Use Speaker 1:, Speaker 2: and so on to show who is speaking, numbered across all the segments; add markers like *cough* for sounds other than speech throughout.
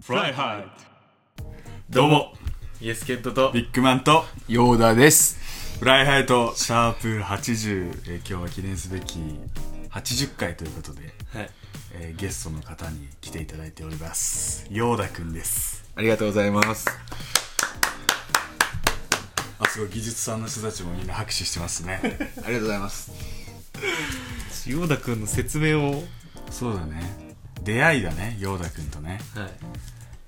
Speaker 1: フライハイどうも
Speaker 2: イエスケットと
Speaker 1: ビッグマンと
Speaker 3: ヨーダです。
Speaker 1: フライハイとシャープ80、えー今日は記念すべき80回ということで、
Speaker 2: はい
Speaker 1: えーゲストの方に来ていただいておりますヨーダくんです
Speaker 3: ありがとうございます。
Speaker 1: あすごい技術さんの人たちもみんな拍手してますね
Speaker 3: ありがとうございます。
Speaker 2: ヨーダ君の説明を
Speaker 1: *laughs* そうだね出会いだねヨーダくんとね
Speaker 2: は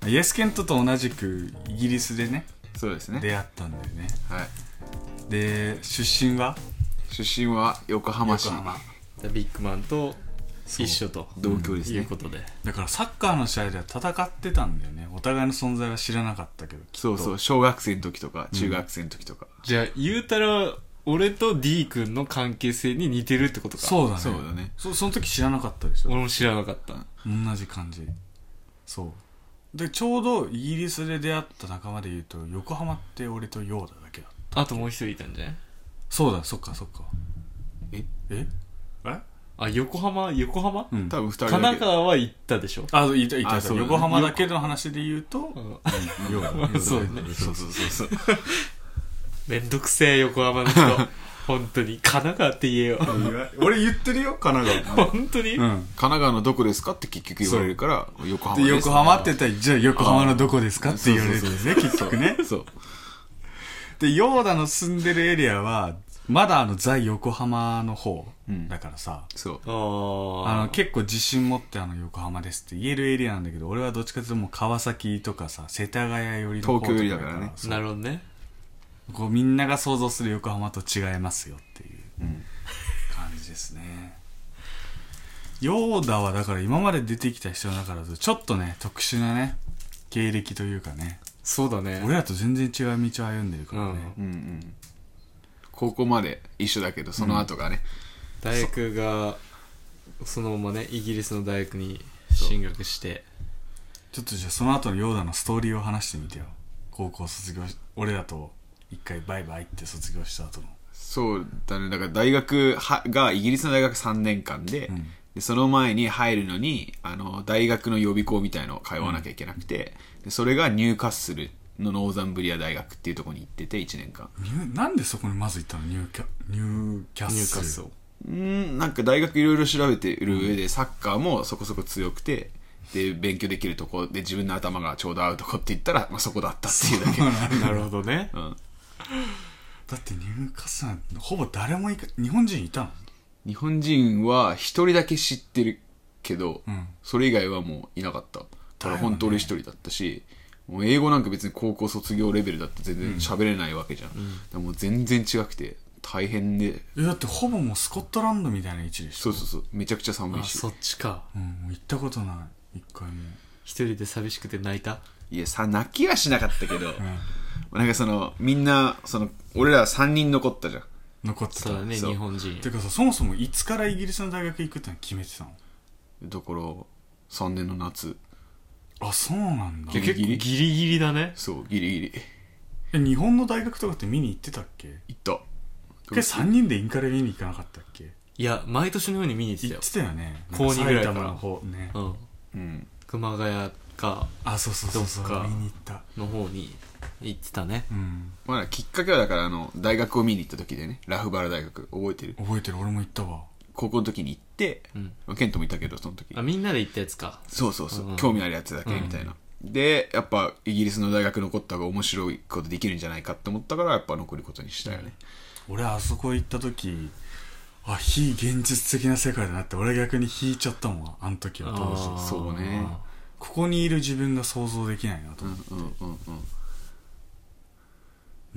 Speaker 2: い
Speaker 1: イエスケントと同じくイギリスでね
Speaker 3: そうですね。
Speaker 1: 出会ったんだよね
Speaker 3: はい。
Speaker 1: で出身は
Speaker 3: 出身は横浜市。
Speaker 1: 横浜
Speaker 2: じゃあビッグマンと一緒と
Speaker 3: 同居です
Speaker 2: いう
Speaker 3: ね
Speaker 2: こ。とで
Speaker 1: だからサッカーの試合では戦ってたんだよねお互いの存在は知らなかったけど
Speaker 3: そうそう、小学生の時とか、中学生の時とか。
Speaker 2: じゃあ言うたら俺と D 君の関係性に似てるってことか
Speaker 1: そうだね
Speaker 3: そうだね
Speaker 1: そその時知らなかったでしょ
Speaker 2: 俺も知らなかった
Speaker 1: 同じ感じそうでちょうどイギリスで出会った仲間でいうと横浜って俺とヨーダだけだ
Speaker 2: あともう一人いたんじゃない
Speaker 1: そうだそっかそっか
Speaker 3: え
Speaker 1: ええ
Speaker 2: あ横浜横浜、
Speaker 1: うん
Speaker 3: 多分二人
Speaker 2: 神
Speaker 3: だ
Speaker 2: 奈
Speaker 3: け。
Speaker 2: 川は行ったでしょ
Speaker 1: あいたいたい
Speaker 3: あ
Speaker 1: た、
Speaker 3: そうだね
Speaker 1: 横浜だけの話で言うとヨーダ
Speaker 2: そうね
Speaker 3: そうそうそうそう。
Speaker 2: めんどくせえ横浜の人本当に神奈川って言えよ
Speaker 1: 俺言ってるよ神奈
Speaker 2: 本当に、
Speaker 1: 川うん
Speaker 3: 神奈川のどこですかって結局言われるから、横浜
Speaker 1: で
Speaker 3: です。
Speaker 1: 横浜って言ったらじゃあ横浜のどこですかって言われるんですね結局ね
Speaker 3: そう。
Speaker 1: でヨーダの住んでるエリアはまだあの在横浜の方
Speaker 3: うん
Speaker 1: だからさ、
Speaker 3: そう。
Speaker 2: あ
Speaker 1: あの
Speaker 2: の
Speaker 1: 結構自信持ってあの横浜ですって言えるエリアなんだけど俺はどっちかというともう川崎とかさ世田谷よりの方
Speaker 3: 東京寄りだからね
Speaker 1: そう
Speaker 2: なるほどね
Speaker 1: こうみんなが想像する横浜と違いますよっていう
Speaker 3: うん
Speaker 1: 感じですねヨーダはだから今まで出てきた人の中だとちょっとね特殊なね経歴というかね
Speaker 2: そうだね
Speaker 1: 俺らと全然違う道を歩んでるか
Speaker 2: う
Speaker 1: らね、
Speaker 2: ん
Speaker 3: うんうん。高校まで一緒だけど、その後がね。
Speaker 2: 大学がそのままねイギリスの大学に進学して
Speaker 1: ちょっとじゃあその後のヨーダのストーリーを話してみてよ高校卒業し俺らと一回バイバイって卒業した後の
Speaker 3: そうだね。だから大学はが、イギリスの大学3年間で、
Speaker 1: うん
Speaker 3: でその前に入るのにあの大学の予備校みたいのを通わなきゃいけなくて、でそれがニューカッスルのノーザンブリア大学っていうところに行ってて1年間
Speaker 1: ニューなんでそこにまず行ったのニューキャニューキャッス
Speaker 2: 入
Speaker 1: ル
Speaker 2: 荷層
Speaker 3: うんなんか大学いろいろ調べてる上でサッカーもそこそこ強くてで勉強できるとこで自分の頭がちょうど合うとこって言ったら、まあ、そこだったっていうだけ
Speaker 2: なるほどね
Speaker 3: うん
Speaker 1: *laughs* だってニューカッスルなんてほぼ誰もいか日本人いたの
Speaker 3: 日本人は1人だけ知ってるけど、
Speaker 1: ん
Speaker 3: それ以外はもういなかっただから本当俺1人だったし、もう英語なんか別に高校卒業レベルだって全然喋れないわけじゃん、だからもう全然違くて大変で
Speaker 1: えだってほぼもうスコットランドみたいな位置でし
Speaker 3: そ
Speaker 1: ょ
Speaker 3: うそうそうめちゃくちゃ寒
Speaker 2: あ
Speaker 3: いし
Speaker 2: そっちか
Speaker 1: うんもう行ったことない一回も
Speaker 2: 一人で寂しくて泣いた
Speaker 3: いやさ泣きはしなかったけど、なんかそのみんなその俺ら3人残ったじゃん
Speaker 1: 残ってた
Speaker 2: そうだね
Speaker 3: そう
Speaker 2: 日本人
Speaker 1: てかさそもそもいつからイギリスの大学行くっての決めてたの
Speaker 3: だから3年の夏
Speaker 1: あそうなんだ
Speaker 3: ギリ
Speaker 2: 結構ギリギリだね
Speaker 3: そうギリギリ
Speaker 1: え日本の大学とかって見に行ってたっけ
Speaker 3: 行った
Speaker 1: 一回3人でインカレ見に行かなかったっけ
Speaker 2: いや毎年のように見に行ってた
Speaker 1: 行
Speaker 2: よ
Speaker 1: ってたよね
Speaker 2: 高二ぐらいか
Speaker 1: 埼
Speaker 2: ら
Speaker 1: 玉の方ね
Speaker 2: うん
Speaker 3: うん
Speaker 2: 熊谷か
Speaker 1: あそうそうそうそ
Speaker 2: どっ
Speaker 1: う
Speaker 2: か
Speaker 1: 見に行った
Speaker 2: の方に行ってたね
Speaker 1: うん
Speaker 3: まあ、きっかけはだからあの大学を見に行った時でねラフバラ大学覚えてる
Speaker 1: 覚えてる俺も行ったわ
Speaker 3: 高校の時に行って、
Speaker 2: うん
Speaker 3: まあケントもいたけどその時
Speaker 2: あみんなで行ったやつか
Speaker 3: そうそうそう、
Speaker 2: うんうん
Speaker 3: 興味あるやつだけみたいな、でやっぱイギリスの大学残った方が面白いことできるんじゃないかって思ったからやっぱ残ることにしたよね、
Speaker 1: 俺あそこ行った時あ非現実的な世界だなって俺逆に引いちゃったもんあの時は当
Speaker 2: あー
Speaker 1: 時
Speaker 3: そうね
Speaker 1: ここにいる自分が想像できないなと
Speaker 3: うん
Speaker 1: 思って、
Speaker 3: うんうんうん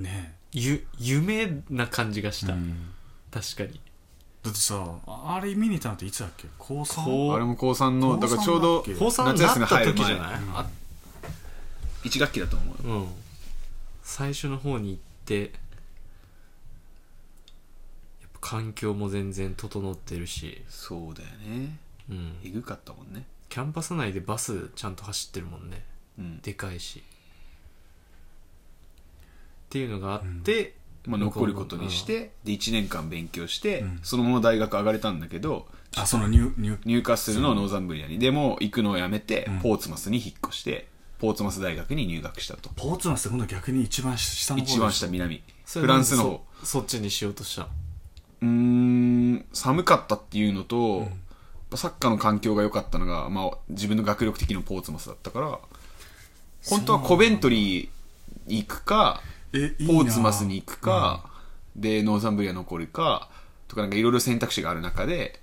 Speaker 1: ね
Speaker 2: ゆ夢な感じがし
Speaker 1: え、
Speaker 2: た、
Speaker 1: うん
Speaker 2: 確かに
Speaker 1: だってさああれ見に行ったのっていつだっけ高 3?
Speaker 2: 高お
Speaker 3: あれも高3のだからちょうど
Speaker 1: 高三だっけ
Speaker 2: 高3になっ
Speaker 3: 夏休み
Speaker 2: た
Speaker 3: 入る
Speaker 2: 時じ
Speaker 3: 前
Speaker 2: ゃない、あ
Speaker 3: 1学期だと思う
Speaker 2: うん最初の方に行ってやっぱ環境も全然整ってるし、
Speaker 3: そうだよね
Speaker 2: うん、
Speaker 3: えぐかったもんね
Speaker 2: キャンパス内でバスちゃんと走ってるもんね
Speaker 3: うん
Speaker 2: でかいしっていうのがあって、
Speaker 3: まあ、残ることにしてで1年間勉強して、
Speaker 1: うん
Speaker 3: そのまま大学上がれたんだけど
Speaker 1: あそのニューニュー
Speaker 3: 入荷するのをノーザンブリアにでも行くのをやめて、
Speaker 1: ん
Speaker 3: ポーツマスに引っ越してポーツマス大学に入学したと
Speaker 1: ポーツマスって今度逆に一番下の方でし
Speaker 3: 一
Speaker 1: ょ
Speaker 3: 番下南
Speaker 2: そ
Speaker 3: フ
Speaker 2: れ
Speaker 3: ランスの
Speaker 2: なん
Speaker 3: 方
Speaker 2: でそそっちにしようとした
Speaker 3: うーん寒かったっていうのと、サッカーの環境が良かったのが、まあ、自分の学力的なポーツマスだったから本当はコベントリーに行くか
Speaker 1: えいいな
Speaker 3: ポーツマスに行くか、でノーザンブリア残るかとかなんかいろいろ選択肢がある中で、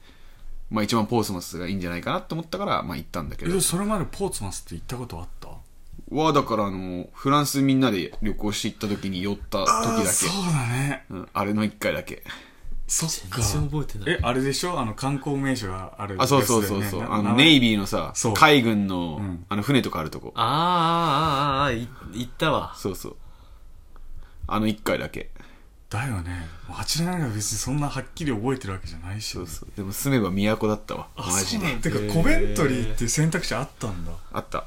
Speaker 3: まあ、一番ポーツマスがいいんじゃないかなと思ったから、まあ、行ったんだけど
Speaker 1: えそれまでポーツマスって行ったことあった
Speaker 3: はだからあのフランスみんなで旅行して行った時に寄った時だけ
Speaker 1: そうだね
Speaker 3: うん、あれの1回だけ
Speaker 1: そっか
Speaker 2: 全然覚えてな
Speaker 1: え
Speaker 2: い
Speaker 1: あれでしょあの観光名所がある
Speaker 3: あ、そうそうそうそう。あの、ネ
Speaker 1: イ
Speaker 3: イビーのさ
Speaker 1: そう、
Speaker 3: 海軍の、
Speaker 1: ん
Speaker 3: あの、船とかあるとこ。
Speaker 2: あーあーあーあーい行ったわ
Speaker 3: そうそう。あの一回だけ。
Speaker 1: だよね八年が別にそんなはっきり覚えてるわけじゃないし
Speaker 3: そうそう。でも住めば都だったわ。
Speaker 1: あ
Speaker 3: マ
Speaker 1: そ
Speaker 3: ジ
Speaker 1: う
Speaker 3: で
Speaker 1: な。んだて
Speaker 2: へ
Speaker 1: か
Speaker 2: ー
Speaker 1: コベントリーっていう選択肢あったんだ
Speaker 3: あった。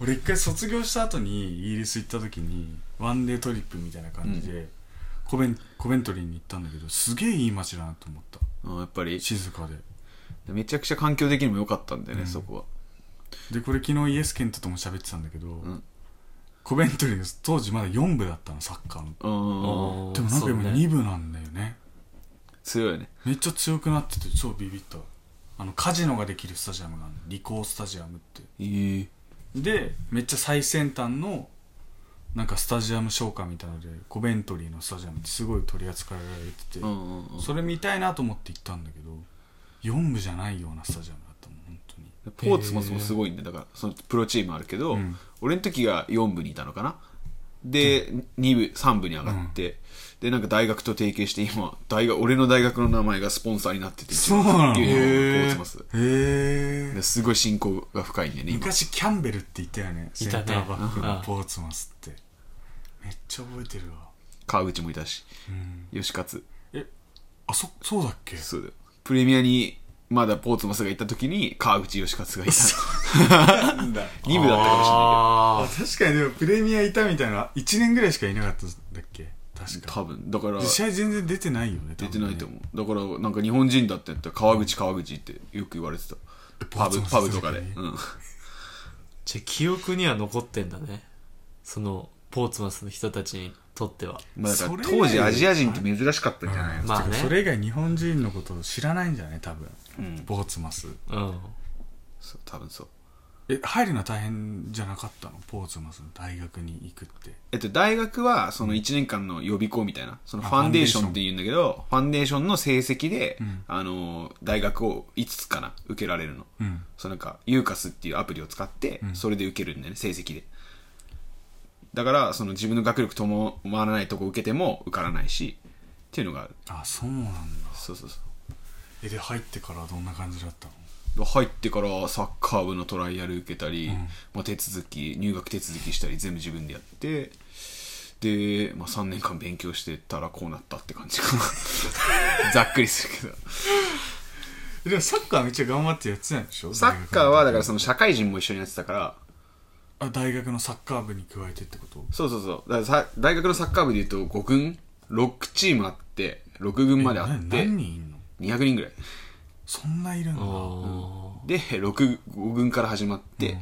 Speaker 1: 俺一回卒業した後にイギリス行った時にワンデートリップみたいな感じで、コベンコベントリーに行ったんだけどすげえいい街だなと思った
Speaker 3: うんやっぱり、
Speaker 1: 静かで
Speaker 3: めちゃくちゃ環境的にも良かったんだよね、そこは。
Speaker 1: でこれ昨日イエスケントとも喋ってたんだけど、
Speaker 3: ん
Speaker 1: コベントリーの当時まだ4部だったのサッカーの
Speaker 3: うん。
Speaker 2: あー
Speaker 1: でもなんか
Speaker 2: そう
Speaker 1: 今
Speaker 2: ね
Speaker 1: 2部なんだよね
Speaker 3: 強いよね。
Speaker 1: めっちゃ強くなってて超ビビったあのカジノができるスタジアムがあるのリコースタジアムって
Speaker 3: えー
Speaker 1: でめっちゃ最先端のなんかスタジアム消化みたいのでコベントリーのスタジアムってすごい取り扱われてて、
Speaker 3: うんうんうん。
Speaker 1: それ見たいなと思って行ったんだけど4部じゃないようなスタジアムだったもん本当に
Speaker 3: ポーツマスもすごいんだよだから、そのプロチームあるけど、
Speaker 1: うん
Speaker 3: 俺の時が4部にいたのかな。で、2部、3部に上がって、で、なんか大学と提携して、今、大学、俺の大学の名前がスポンサーになってて、
Speaker 1: そうなの
Speaker 3: っていうの
Speaker 1: へ
Speaker 3: がポーツマス。
Speaker 1: え
Speaker 3: ですごい信仰が深いんだよね、今。
Speaker 1: 昔キャンベルって言ったよねセ
Speaker 2: い
Speaker 1: ン
Speaker 2: た
Speaker 1: タ
Speaker 2: ね
Speaker 1: ーバック
Speaker 2: う
Speaker 1: の
Speaker 2: ん
Speaker 1: ポーツマスってめっちゃ覚えてるわ
Speaker 3: 川口もいたし、
Speaker 1: うん
Speaker 3: 吉勝。
Speaker 1: あそそうだっけ
Speaker 3: そうだよ。プレミアに、まだポーツマスがいた時に、川口吉勝がいた。
Speaker 1: なん
Speaker 3: *laughs*
Speaker 1: だ
Speaker 3: 2部だったかもしれな
Speaker 1: あ
Speaker 3: い
Speaker 1: 確かにでもプレミアいたみたいな1年ぐらいしかいなかったんだっけ確
Speaker 3: けど。多
Speaker 1: か
Speaker 3: 分。だから
Speaker 1: で、試合全然出てないよね
Speaker 3: 出てないと
Speaker 1: 思
Speaker 3: 思う。だから、なんか日本人だって言ったら、川口川口ってよく言われてた。パブ、パブとかで。 *laughs* うん。
Speaker 2: じゃあ記憶には残ってんだねそのポーツマスの人たちにとっては
Speaker 3: まあだから
Speaker 1: それ以外
Speaker 3: 当時アジア人って珍しかったんじゃないの
Speaker 2: まあね
Speaker 1: それ以外日本人のことを知らないんじゃない多分
Speaker 3: うん。
Speaker 1: ボーツマス
Speaker 2: うん
Speaker 3: そう、多分そう。
Speaker 1: え入るのは大変じゃなかったのポーツマスの大学に行くって
Speaker 3: えっと、大学はその1年間の予備校みたいなそのファンデーションって言うんだけどファンデーションの成績で、
Speaker 1: ん
Speaker 3: あの大学を5つかな受けられるの、
Speaker 1: うん
Speaker 3: そのなんかユーカスっていうアプリを使って
Speaker 1: ん
Speaker 3: それで受けるんだよね成績でだからその自分の学力伴わないとこ受けても受からないしっていうのがある
Speaker 1: あそうなんだ
Speaker 3: そうそうそ
Speaker 1: えで入ってからどんな感じだったの
Speaker 3: う入ってからサッカー部のトライアル受けたり、まあ、手続き入学手続きしたり全部自分でやってで、まあ、3年間勉強してたらこうなったって感じ
Speaker 1: *laughs*
Speaker 3: かなざっくりするけど
Speaker 1: えでもサッカーめっちゃ頑張ってやってたんでしょ
Speaker 3: サッカーは
Speaker 1: 大学
Speaker 3: だか
Speaker 1: の
Speaker 3: らその社会人も一緒にやってたから
Speaker 1: あ大学のサッカー部に加えてってこと
Speaker 3: そうそうそうだからさ大学のサッカー部でいうと5軍6チームあって6軍まであっ
Speaker 1: えな
Speaker 3: て
Speaker 1: 何人いんの
Speaker 3: 200人ぐらい
Speaker 1: そんないるんだ
Speaker 2: あー
Speaker 3: で6 5軍から始まって、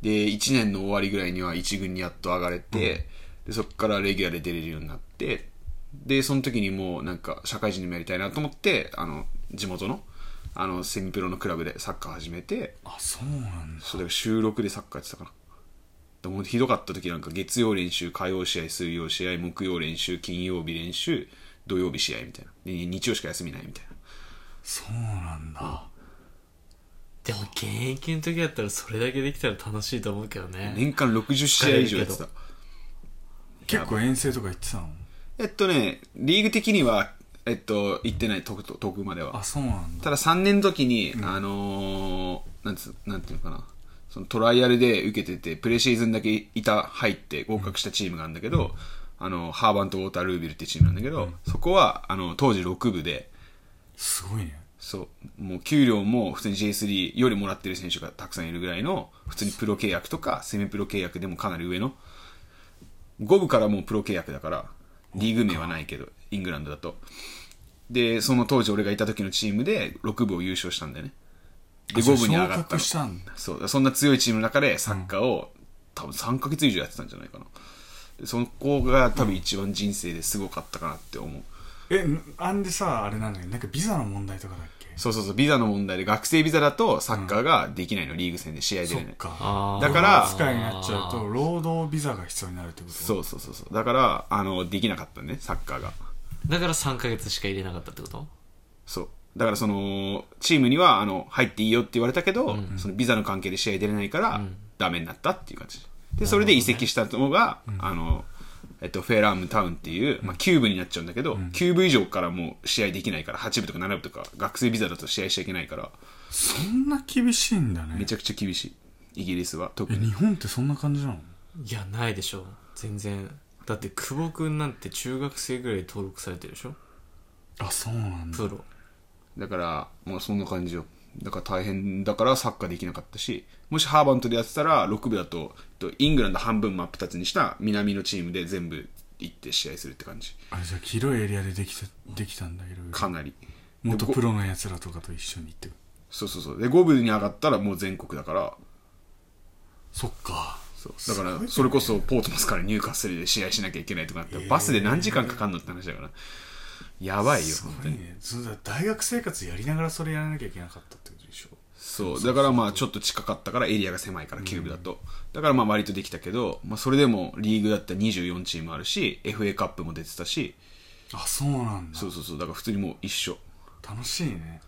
Speaker 3: で1年の終わりぐらいには1軍にやっと上がれて、でそこからレギュラーで出れるようになってでその時にもうなんか社会人にもやりたいなと思ってあの地元のあのセミプロのクラブでサッカー始めて
Speaker 1: あそうなんだ
Speaker 3: そうだから収録でサッカーやってたかなでもひどかった時なんか月曜練習火曜試合水曜試合木曜練習金曜日練習土曜日試合みたいなで日曜しか休みないみたいな
Speaker 1: そうなんだ、
Speaker 2: でも現役の時だったらそれだけできたら楽しいと思うけどね
Speaker 3: 年間60試合以上やってた
Speaker 1: 結構遠征とか行ってたの
Speaker 3: えっとね、リーグ的には、えっと、行ってない、遠くと遠くまでは
Speaker 1: あ。そうなんだ
Speaker 3: ただ3年の時に、あのー、なんつ、なんていうのかな。そのトライアルで受けてて、プレシーズンだけいた、入って合格したチームがあるんだけど、あの、ハーバンとウォータールービルっていうチームなんだけど、そこは、あの、当時6部で、
Speaker 1: すごいね
Speaker 3: そう、もう給料も普通に J3 よりもらってる選手がたくさんいるぐらいの、普通にプロ契約とか、セミプロ契約でもかなり上の、5部からもうプロ契約だから、リーグ名はないけど、イングランドだと。で、その当時俺がいた時のチームで6部を優勝したんだよね。で、
Speaker 1: あそ
Speaker 3: 5
Speaker 1: れ
Speaker 3: 部に上が
Speaker 1: 昇
Speaker 3: った
Speaker 1: 格
Speaker 3: の
Speaker 1: したんだ
Speaker 3: そう、そんな強いチームの中でサッカーを多分3ヶ月以上やってたんじゃないかなでそこが多分一番人生ですごかったかなって思う、
Speaker 1: えあんでさあれなんだけどなんかビザの問題とかだっけ
Speaker 3: そうそうそうビザの問題で学生ビザだとサッカーができないの、リーグ戦で試合出
Speaker 1: そ
Speaker 3: れ
Speaker 1: っ
Speaker 3: ない
Speaker 1: か
Speaker 2: あー
Speaker 3: だから
Speaker 1: 扱いになっちゃうと労働ビザが必要になるってこと
Speaker 3: そうそうそうそうだからあのできなかったねサッカーが
Speaker 2: だから3ヶ月しか入れなかったってこと
Speaker 3: そうだからそのチームにはあの入っていいよって言われたけど、そのビザの関係で試合出れないから、ダメになったっていう感じでそれで移籍したのが、あのえっと、フェラームタウンっていう、まあ、9部になっちゃうんだけど、9部以上からもう試合できないから8部とか7部とか学生ビザだと試合しちゃいけないから
Speaker 1: そんな厳しいんだね
Speaker 3: めちゃくちゃ厳しいイギリスは特
Speaker 1: え
Speaker 3: に
Speaker 1: 日本ってそんな感じなの
Speaker 2: いやないでしょ全然だって久保君なんて中学生ぐらいで登録されてるでしょ
Speaker 1: あそうなんだ
Speaker 2: プロ
Speaker 3: だからまあそんな感じよだから大変だからサッカーできなかったしもしハーバントでやってたら6部だとえっとイングランド半分真っ二つにした南のチームで全部行って試合するって感じ
Speaker 1: あれじゃあ広いエリアでできたできたんだいろいろ
Speaker 3: かなり
Speaker 1: 元
Speaker 3: で
Speaker 1: プ
Speaker 3: ご
Speaker 1: ロのやつらとかと一緒に行ってる
Speaker 3: そうそうそうで5部に上がったらもう全国だから
Speaker 1: そっか
Speaker 3: そうだからそれこそポートマスからニューカッスルで試合しなきゃいけないとかなったらバスで何時間かかんのって話だからやばいよ
Speaker 1: す
Speaker 3: 本
Speaker 1: ご
Speaker 3: 当
Speaker 1: い
Speaker 3: に
Speaker 1: ねそうだ大学生活やりながらそれやらなきゃいけなかったってことでしょ
Speaker 3: そうだからまあちょっと近かったからエリアが狭いからキューブだと、だからまあ割とできたけど、まあ、それでもリーグだったら24チームあるし FA カップも出てたし
Speaker 1: あそうなんだ
Speaker 3: そうそうそうだから普通にもう一緒
Speaker 1: 楽しいね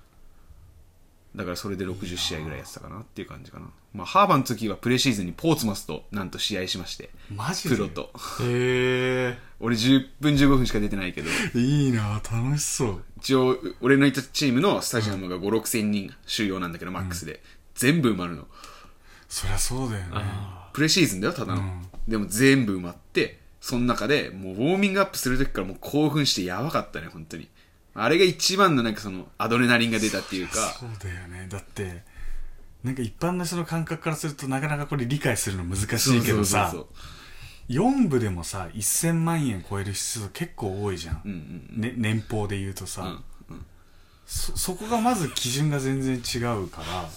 Speaker 3: だからそれで60試合ぐらいやってたかなっていう感じかなまあハーバーの時はプレシーズンにポーツマスとなんと試合しまして
Speaker 1: マジで
Speaker 3: プロと
Speaker 2: へえ
Speaker 3: 俺10分15分しか出てないけど
Speaker 1: いいな楽しそう
Speaker 3: 一応俺のいたチームのスタジアムが5 6千人収容なんだけどマックスで、全部埋まるの
Speaker 1: そりゃそうだよね
Speaker 3: プレシーズンだよただの、
Speaker 1: うん
Speaker 3: でも全部埋まってその中でもうウォーミングアップする時からもう興奮してやばかったね本当にあれが一番のなんかそのアドレナリンが出たっていうか
Speaker 1: そうだよねだってなんか一般の人の感覚からするとなかなかこれ理解するの難しいけどさ
Speaker 3: そうそう
Speaker 1: 4部でもさ1000万円超える必要結構多いじゃん、
Speaker 3: そううんうん
Speaker 1: ね、年俸で言うとさ、
Speaker 3: うん
Speaker 1: そそこがまず基準が全然違うから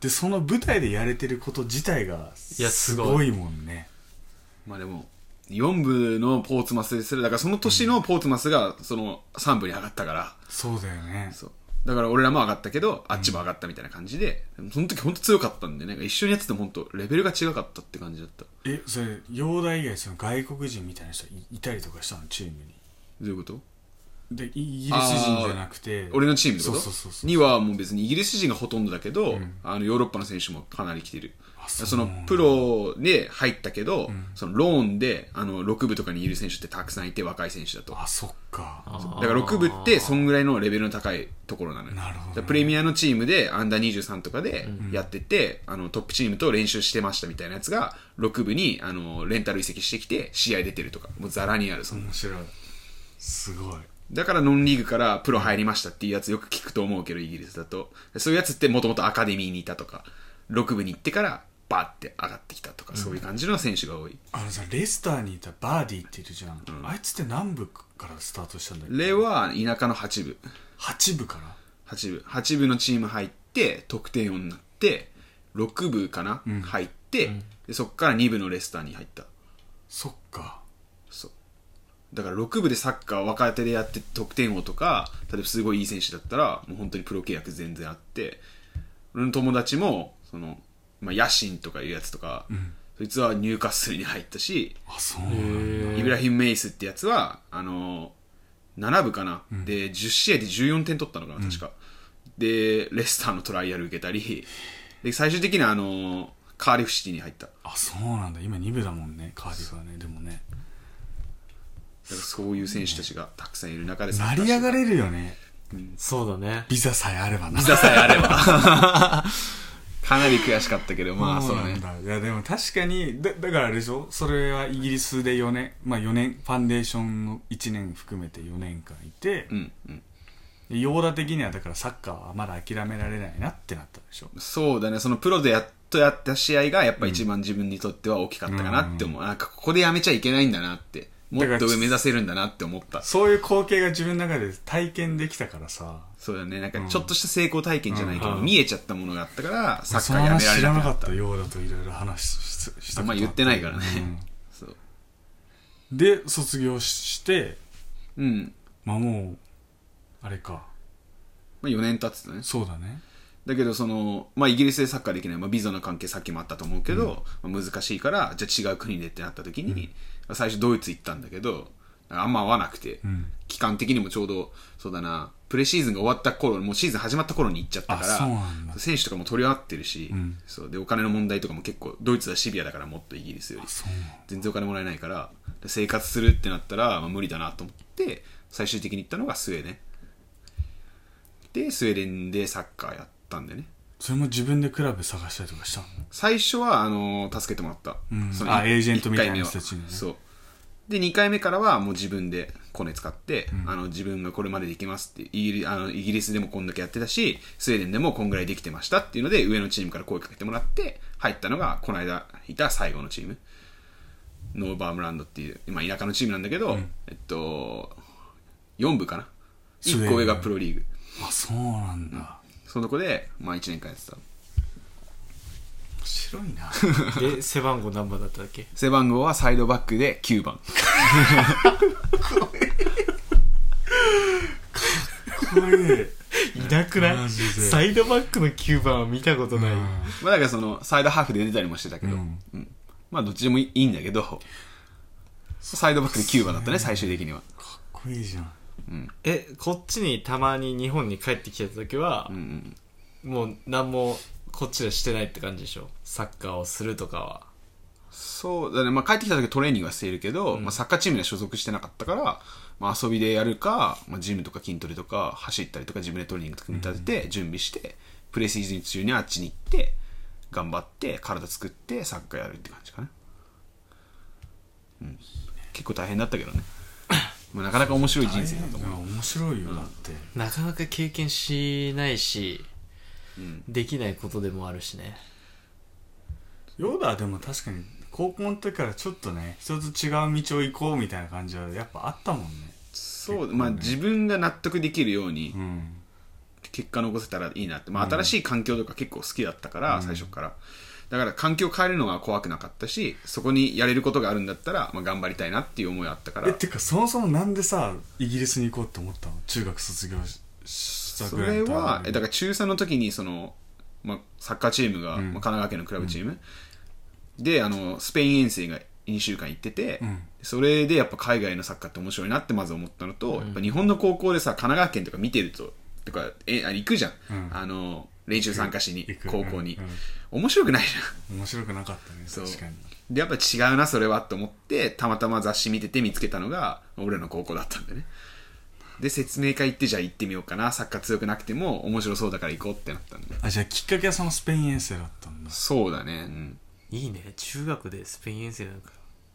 Speaker 1: でその舞台でやれてること自体が
Speaker 2: いや
Speaker 1: す
Speaker 2: すごい
Speaker 1: ごいもんね
Speaker 3: まあでも4部のポーツマスでするだからその年のポーツマスがその3部に上がったから、
Speaker 1: そうだよね
Speaker 3: そうだから俺らも上がったけどあっちも上がったみたいな感じで、でもその時本当強かったんでなんか一緒にやってても本当レベルが違かったって感じだったど
Speaker 1: えそれ洋大以外その外国人みたいな人いいたりとかしたのチームに
Speaker 3: ういうこと
Speaker 1: でイイギリス人じゃなくて
Speaker 3: 俺のチームってこと
Speaker 1: そうそうそうそう
Speaker 3: にはもう別にイギリス人がほとんどだけど、あのヨーロッパの選手もかなり来てる
Speaker 1: あ
Speaker 3: そ
Speaker 1: そうな
Speaker 3: の
Speaker 1: んだ
Speaker 3: プロで入ったけど、そのローンであの6部とかにいる選手ってたくさんいて若い選手だと
Speaker 1: あそっか
Speaker 3: だから6部ってそんぐらいのレベルの高いところなのよ
Speaker 1: なるほどね
Speaker 3: だからプレミアのチームでアンダー23とかでやってて、あのトップチームと練習してましたみたいなやつが6部にあのレンタル移籍してきて試合出てるとかもうザラにあるそんな
Speaker 1: 面白いすごい
Speaker 3: だからノンリーグからプロ入りましたっていうやつよく聞くと思うけど、イギリスだと。そういうやつってもともとアカデミーにいたとか、6部に行ってからバーって上がってきたとか、そういう感じの選手が多い。
Speaker 1: あのさレスターにいたバーディーっているじゃん、あいつって何部からスタートしたんだっけ
Speaker 3: レは田舎の8部。
Speaker 1: 8部から
Speaker 3: 8部。8部のチーム入って、得点王になって、6部かな、入って、でそっから2部のレスターに入った。
Speaker 1: そっか
Speaker 3: そう。だから6部でサッカー若手でやって得点王とか、例えばすごいいい選手だったら、もう本当にプロ契約全然あって、俺の友達も、その、まあ、野心とかいうやつとか、そいつは入荷数に入ったし、
Speaker 1: あそうなんだ
Speaker 3: イブラヒム・メイスってやつは、あのー、7部かな、で、10試合で14点取ったのかな、確か。で、レスターのトライアル受けたり、で、最終的にはあのーカーリフシティに入った。だか
Speaker 1: あそうなんだ今2部だもんねカーディフはねでもね
Speaker 3: らそういう選手たちがたくさんいる中でサッカ
Speaker 1: 成
Speaker 3: ーして
Speaker 1: り上がれるよね
Speaker 2: そうだね
Speaker 1: ビザさえあればな
Speaker 3: ビザさえあれば。 *laughs* かなり悔しかったけど、まあそうだ
Speaker 1: な
Speaker 3: ね
Speaker 1: ん。だいやでも確かにだだからあれでしょそれはイギリスで4年まあ4年ファンデーションの1年含めて4年間いて
Speaker 3: う、ん、うん。
Speaker 1: でヨーダ的にはだからサッカーはまだ諦められないなってなったでしょ
Speaker 3: そうだね、そのプロでやっとやった試合がやっぱ一番自分にとっては大きかったかなって思う。なんかここでやめちゃいけないんだなって。もっと上目指せるんだなって思った
Speaker 1: そういう光景が自分の中で体験できたからさ
Speaker 3: そうだねなんかちょっとした成功体験じゃないけど、見えちゃったものがあったからサッ
Speaker 1: そ
Speaker 3: カ
Speaker 1: の
Speaker 3: ーやめ
Speaker 1: 話
Speaker 3: られ
Speaker 1: 知ら
Speaker 3: な
Speaker 1: な
Speaker 3: く
Speaker 1: か
Speaker 3: なっ
Speaker 1: ったたようだといろいろ話しした
Speaker 3: あん
Speaker 1: こと
Speaker 3: ま
Speaker 1: あ
Speaker 3: 言ってないからね、そう
Speaker 1: うんで卒業して
Speaker 3: うん、
Speaker 1: まあもうあれか
Speaker 3: まあ、4年経ってたね
Speaker 1: そうだね
Speaker 3: だけどその、まあ、イギリスでサッカーできない、まあ、ビザの関係さっきもあったと思うけど、まあ難しいからじゃあ違う国でってなった時に、最初ドイツ行ったんだけどあんま合わなくて、
Speaker 1: ん
Speaker 3: 期間的にもちょうどそうだなプレシーズンが終わった頃もうシーズン始まった頃に行っちゃったか
Speaker 1: あそうなん
Speaker 3: ら
Speaker 1: だ
Speaker 3: 選手とかも取り合ってるし、
Speaker 1: ん
Speaker 3: そうでお金の問題とかも結構ドイツはシビアだからもっとイギリスより
Speaker 1: そう
Speaker 3: 全然お金もらえないからで生活するってなったら、まあ、無理だなと思って最終的に行ったのがスウェーデンでスウェーデンでサッカーやったんでね
Speaker 1: それも自分でクラブ探したりとかしたの
Speaker 3: 最初はあの助けてもらった、
Speaker 1: ん
Speaker 3: その
Speaker 1: あ
Speaker 3: い
Speaker 1: エージェント
Speaker 3: 一
Speaker 1: みたい
Speaker 3: 回
Speaker 1: な
Speaker 3: 目は
Speaker 1: 人たちにね
Speaker 3: そうで2回目からはもう自分でコネ使って、あの自分がこれまでできますってイギリあのイギリスでもこんだけやってたしスウェーデンでもこんぐらいできてましたっていうので上のチームから声かけてもらって入ったのがこの間いた最後のチームノーバームランドっていう、まあ、田舎のチームなんだけど、えっと4部かな
Speaker 1: スウェーデ
Speaker 3: 1
Speaker 1: ン
Speaker 3: 個上がプロリーグ
Speaker 1: あそうなんだ
Speaker 3: そのとこで、まあ、1年間やってた
Speaker 1: 面白いな
Speaker 2: で背番号何番だったっけ
Speaker 3: 背番号はサイドバックで9番
Speaker 1: これ
Speaker 2: いなくない
Speaker 1: マジで
Speaker 2: サイドバックの9番は見たことない、
Speaker 3: まあだからそのサイドハーフで出たりもしてたけど、
Speaker 1: うん
Speaker 3: うんまあどっちでもいいんだけどサイドバックで9番だったね最終的には
Speaker 1: かっこいいじゃん
Speaker 2: えこっちにたまに日本に帰ってきてた時は
Speaker 3: うん、うん、
Speaker 2: もう何もこっちでしてないって感じでしょサッカーをするとかは
Speaker 3: そうだね、まあ、帰ってきた時はトレーニングはしているけど、まあ、サッカーチームには所属してなかったから、まあ、遊びでやるか、まあ、ジムとか筋トレとか走ったりとか自分でトレーニング組み立てて準備して、プレシーズン中にあっちに行って頑張って体作ってサッカーやるって感じかな、うん、結構大変だったけどねまあなかなか面白い人生だと思う
Speaker 1: あれ面白いよだって
Speaker 2: なかなか経験しないし、できないことでもあるしね
Speaker 1: ヨーダはでも確かに高校の時からちょっとね一つ違う道を行こうみたいな感じはやっぱあったもんね
Speaker 3: そう、まあ自分が納得できるように
Speaker 1: うん
Speaker 3: 結果残せたらいいなって、まあ新しい環境とか結構好きだったから、最初から。だから環境変えるのが怖くなかったし、そこにやれることがあるんだったら、まあ頑張りたいなっていう思いはあったか
Speaker 1: え
Speaker 3: ら
Speaker 1: っ。てかそもそもなんでさイギリスに行こうって思ったの中学卒業しした
Speaker 3: そ
Speaker 1: ぐらい
Speaker 3: れ
Speaker 1: の
Speaker 3: は、えだ
Speaker 1: か
Speaker 3: から中3の時にその、まあサッカーチームが、まあ神奈川県のクラブチーム、で、あの、スペイン遠征が2週間行ってて、
Speaker 1: うん
Speaker 3: それでやっぱ海外のサッカーって面白いなってまず思ったのと、やっぱ日本の高校でさ、神奈川県とか見てると、とか、え、あ行くじゃん。
Speaker 1: うん
Speaker 3: あの、練習参加しに
Speaker 1: 行、く
Speaker 3: 高校に
Speaker 1: うん。
Speaker 3: 面白くないじ
Speaker 1: 面白くなかったね
Speaker 3: そう
Speaker 1: 確かに
Speaker 3: ゃん。で、やっぱ違うな、それはと思って、たまたま雑誌見てて見つけたのが、俺らの高校だったんだね。で、説明会行って、じゃあ行ってみようかな。サッカー強くなくても面白そうだから行こうってなったんだよ。
Speaker 1: あじゃあきっかけはそのスペイン遠征だったんだ
Speaker 3: そうだね。うん。
Speaker 2: いいね中学でスペイン遠征なんか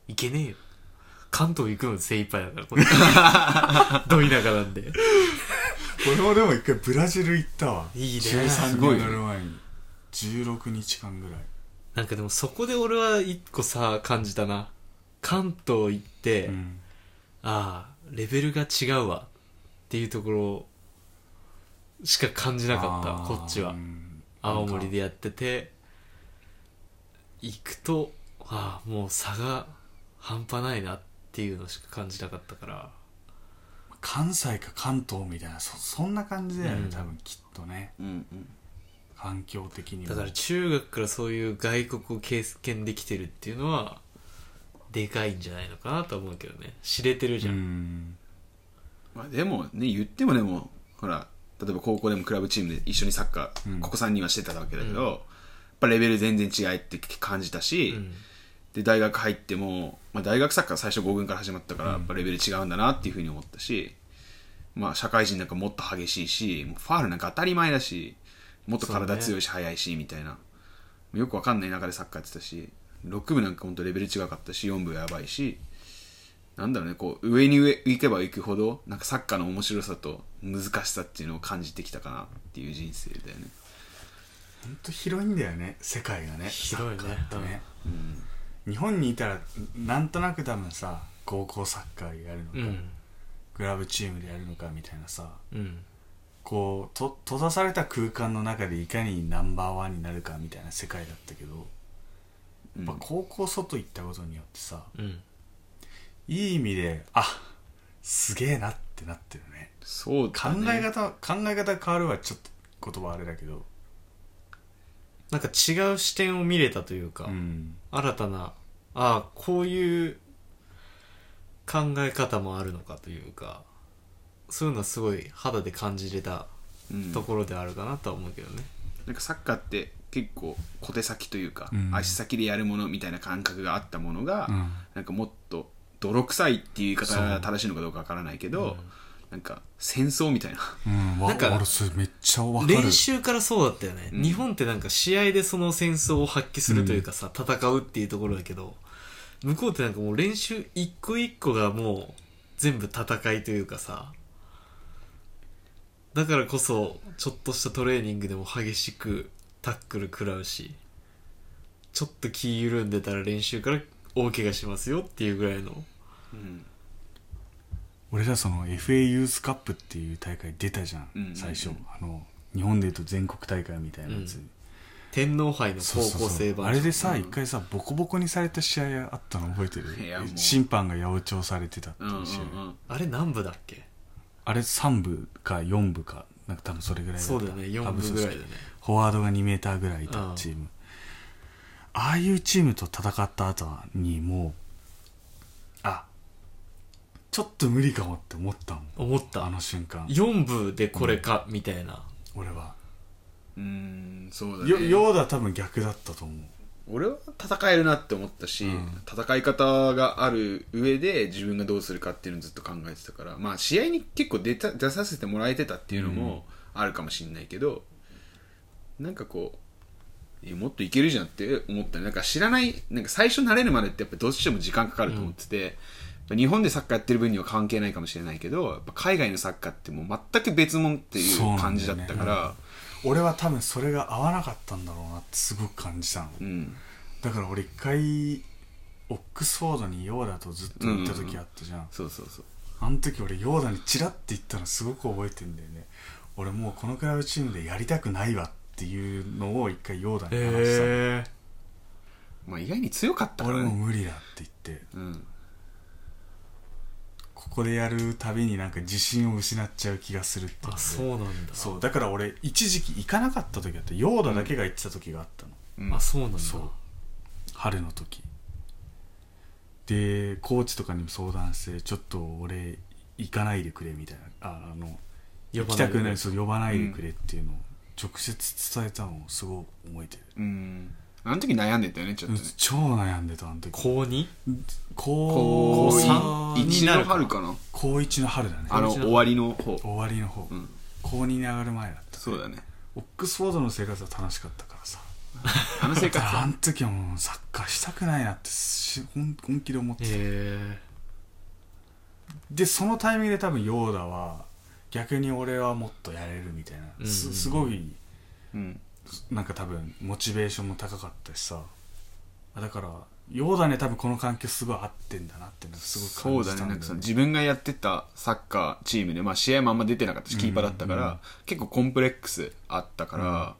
Speaker 2: 行けねえよ関東行くの精一杯だから *laughs* これど田舎なんで
Speaker 1: 俺もでも一回ブラジル行ったわ
Speaker 2: いいね
Speaker 1: 13
Speaker 3: すごい
Speaker 1: 年な
Speaker 3: ね
Speaker 1: る前に16日間ぐらい
Speaker 2: なんかでもそこで俺は一個さ感じたな関東行って、
Speaker 1: うん
Speaker 2: ああレベルが違うわっていうところしか感じなかった
Speaker 1: あー
Speaker 2: こっち
Speaker 1: う
Speaker 2: は
Speaker 1: ん
Speaker 2: 青森でやってて行くとああもう差が半端ないなっていうのしか感じなかったから
Speaker 1: 関西か関東みたいなそそんな感じだよね、
Speaker 2: うん
Speaker 1: 多分きっとね
Speaker 3: うんうん。
Speaker 1: 環境的にも
Speaker 2: だから中学からそういう外国を経験できてるっていうのはでかいんじゃないのかなと思うけどね知れてるじゃ、
Speaker 1: うんん
Speaker 3: まあでもね、言ってもでも、ほら、例えば高校でもクラブチームで一緒にサッカー、
Speaker 1: うん
Speaker 3: ここ3人はしてたわけだけど、やっぱレベル全然違いって感じたし、
Speaker 2: うん
Speaker 3: で大学入っても、まあ、大学サッカー最初5軍から始まったからやっぱレベル違うんだなっていうふうに思ったし、まあ、社会人なんかもっと激しいしもうファールなんか当たり前だしもっと体強いし速いしみたいな、よくわかんない中でサッカーやってたし6部なんか本当レベル違かったし4部やばいしなんだろうねこう上に上行けば行くほどなんかサッカーの面白さと難しさっていうのを感じてきたかなっていう人生だよね
Speaker 1: ほんと広いんだよね世界がね
Speaker 2: 広いね
Speaker 1: サッカーってね、日本にいたらなんとなく多分さ高校サッカーでやるのか、
Speaker 2: うん
Speaker 1: クラブチームでやるのかみたいなさ
Speaker 2: うん
Speaker 1: こうと閉ざされた空間の中でいかにナンバーワンになるかみたいな世界だったけど、
Speaker 3: うん
Speaker 1: やっぱ高校外行ったことによってさ
Speaker 2: うん
Speaker 1: いい意味であすげえなってなってるね
Speaker 3: そう
Speaker 1: 考
Speaker 3: だね
Speaker 1: え方、考え方変わるはちょっと言葉あれだけど、
Speaker 2: なんか違う視点を見れたというか、
Speaker 1: うん、
Speaker 2: 新たなああこういう考え方もあるのかというかそういうのはすごい肌で感じれた
Speaker 3: うん
Speaker 2: ところではあるかなとは思うけどね、
Speaker 3: なんかサッカーって結構小手先というか、
Speaker 1: うん
Speaker 3: 足先でやるものみたいな感覚があったものが、
Speaker 1: うん
Speaker 3: なんかもっと泥臭いっていう言い方
Speaker 1: そ
Speaker 3: が
Speaker 1: う
Speaker 3: 正しいのかどうかわからないけど、なんか戦争みたいな
Speaker 1: うん、わ
Speaker 2: なんか
Speaker 1: 俺それめっちゃわかる
Speaker 2: 練習からそうだったよね、
Speaker 3: うん
Speaker 2: 日本ってなんか試合でその戦争を発揮するというかさ、戦うっていうところだけど向こうってなんかもう練習一個一個がもう全部戦いというかさだからこそちょっとしたトレーニングでも激しくタックル食らうしちょっと気緩んでたら練習から大怪我しますよっていうぐらいの
Speaker 3: うん
Speaker 1: 俺らその FA ユースカップっていう大会出たじゃん、
Speaker 3: うんうんうん
Speaker 1: 最初あの日本でいうと全国大会みたいなやつ、
Speaker 2: うん天皇杯の
Speaker 1: そう
Speaker 2: 高
Speaker 1: そうそう
Speaker 2: 校生版
Speaker 1: あれでさ
Speaker 3: うん
Speaker 1: 一回さボコボコにされた試合あったの覚えて
Speaker 3: いやもう
Speaker 1: る審判が八百長されてたって
Speaker 3: うんうんう
Speaker 1: いうん試合、
Speaker 2: あれ何部だっけ
Speaker 1: あれ3部か4部かなんか多分それぐらいった
Speaker 2: そうだよね4部ぐらいだよね
Speaker 1: フォワードが2メーターぐらいいたチーム、ああいうチームと戦った後にもうあちょっと無理かもって思ったもん
Speaker 2: 思った
Speaker 1: あの瞬間
Speaker 2: 4部でこれかみたいな、
Speaker 1: 俺は
Speaker 3: うんそうだ
Speaker 1: よ
Speaker 3: ね
Speaker 1: ヨーダは多分逆だったと思う
Speaker 3: 俺は戦えるなって思ったし、
Speaker 1: うん
Speaker 3: 戦い方がある上で自分がどうするかっていうのをずっと考えてたからまあ試合に結構出た出させてもらえてたっていうのもあるかもしれないけど、なんかこういやもっといけるじゃんって思ったねなんか知らないなんか最初慣れるまでってやっぱどうしても時間かかると思ってて、やっぱ日本でサッカーやってる分には関係ないかもしれないけどやっぱ海外のサッカーってもう全く別物ってい
Speaker 1: そうなん
Speaker 3: う
Speaker 1: だよね
Speaker 3: 感じだったから
Speaker 1: 俺は多分それが合わなかったんだろうなってすごく感じたの
Speaker 3: うん
Speaker 1: だから俺一回オックスフォードにヨーダとずっと行った時あったじゃん、
Speaker 3: そうそうそう
Speaker 1: あの時俺ヨーダにチラッて言ったのすごく覚えてんだよね俺もうこのクラブチームでやりたくないわっていうのを一回ヨーダに話したの、
Speaker 2: へえ
Speaker 3: まあ意外に強かったから
Speaker 1: 俺もう
Speaker 3: ね
Speaker 1: 無理だって言って
Speaker 3: うん
Speaker 1: ここでやるたびになんか自信を失っちゃう気がするって言って
Speaker 2: あそうなんだ
Speaker 1: そうだから俺一時期行かなかった時あってヨーダだけが行ってた時があったの、
Speaker 3: うん
Speaker 2: あそうなんだ
Speaker 1: そう春の時でコーチとかにも相談してちょっと俺行かないでくれみたいなああの
Speaker 2: 呼
Speaker 1: 行
Speaker 2: ば
Speaker 1: き
Speaker 2: な
Speaker 1: た
Speaker 2: い
Speaker 1: くないそう呼ばないでくれっていうのを直接伝えたのをすごい覚えてる、
Speaker 3: うんあの時悩んでたよねちょっとね
Speaker 1: 超悩んでたあの時
Speaker 2: 高 2?
Speaker 1: 高
Speaker 3: 高
Speaker 2: 高
Speaker 1: 3
Speaker 2: 3
Speaker 3: 一
Speaker 2: にな
Speaker 3: の
Speaker 2: るか
Speaker 3: 春かな
Speaker 1: 高1の春だね
Speaker 3: あの
Speaker 2: 一の春
Speaker 3: 終わりの方
Speaker 1: 終わりの方、
Speaker 3: うん
Speaker 1: 高2に上がる前だった
Speaker 3: そうだね
Speaker 1: オックスフォードの生活は楽しかったからさ
Speaker 3: あの生
Speaker 1: だ
Speaker 3: 活 *laughs*
Speaker 1: からあの時はもうサッカーしたくないなってし本本気で思ってた
Speaker 2: へ
Speaker 1: でそのタイミングで多分ヨーダは逆に俺はもっとやれるみたいな、
Speaker 2: うん
Speaker 1: すすごい
Speaker 3: うん
Speaker 1: なんか多分モチベーションも高かったしさあだからヨーダね多分この環境すごい合ってんだなってなんかすご
Speaker 3: そ
Speaker 1: いう感
Speaker 3: だ
Speaker 1: じ
Speaker 3: ね
Speaker 1: たんだ
Speaker 3: な
Speaker 1: よね
Speaker 3: んかその自分がやってたサッカーチームで、まあ、試合もあんま出てなかったしキーパーだったか
Speaker 1: うんうん
Speaker 3: ら結構コンプレックスあったから、ま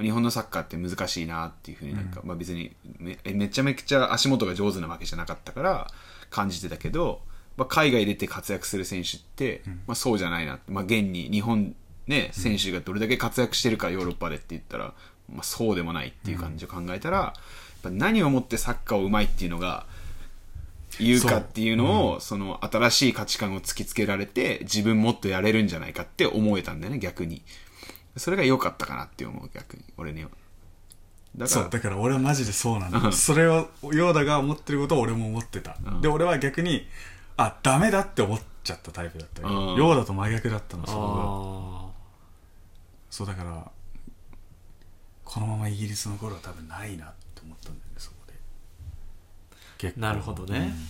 Speaker 3: あ日本のサッカーって難しいなっていうふうになんか、まあ、別にめめちゃめちゃ足元が上手なわけじゃなかったから感じてたけど、まあ、海外出て活躍する選手って、まあ、そうじゃないなって、まあ、現に日本、ね、選手がどれだけ活躍してるかヨーロッパでって言ったら、まあ、そうでもないっていう感じを考えたら、やっぱ何をもってサッカーをうまいっていうのが言うかっていうのをその新しい価値観を突きつけられて自分もっとやれるんじゃないかって思えたんだよね逆にそれが良かったかなって思う逆に俺にはだか
Speaker 1: そう
Speaker 3: ら
Speaker 1: だから俺はマジでそうなん
Speaker 3: う
Speaker 1: だ
Speaker 3: ん
Speaker 1: それをヨーダが思ってることを俺も思ってた、
Speaker 3: うん
Speaker 1: で俺は逆にあダメだって思っちゃったタイプだったよ、
Speaker 3: うん
Speaker 1: ヨーダと真逆だったの
Speaker 2: ー
Speaker 1: そこが
Speaker 2: あ
Speaker 1: そうだからこのままイギリスの頃は多分ないなって思ったんだよねそこで結
Speaker 2: なるほどね
Speaker 1: うん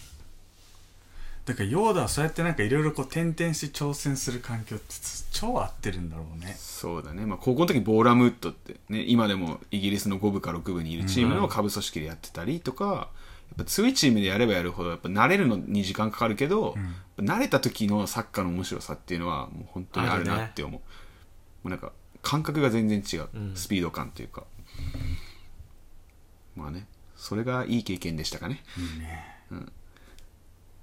Speaker 1: だからヨーダはそうやってなんかいろいろこう転々して挑戦する環境って超合ってるんだろうね
Speaker 3: そうだね、まあ、高校の時ボーラムウッドって、ね、今でもイギリスの5部か6部にいるチームの下部組織でやってたりとか、ぱ強いチームでやればやるほどやっぱ慣れるのに時間かかるけど、やっぱ慣れた時のサッカーの面白さっていうのはもう本当にあるなって思う、もうなんか感覚が全然違う、
Speaker 2: うん
Speaker 3: スピード感というかまあねそれがいい経験でしたかね
Speaker 1: いいね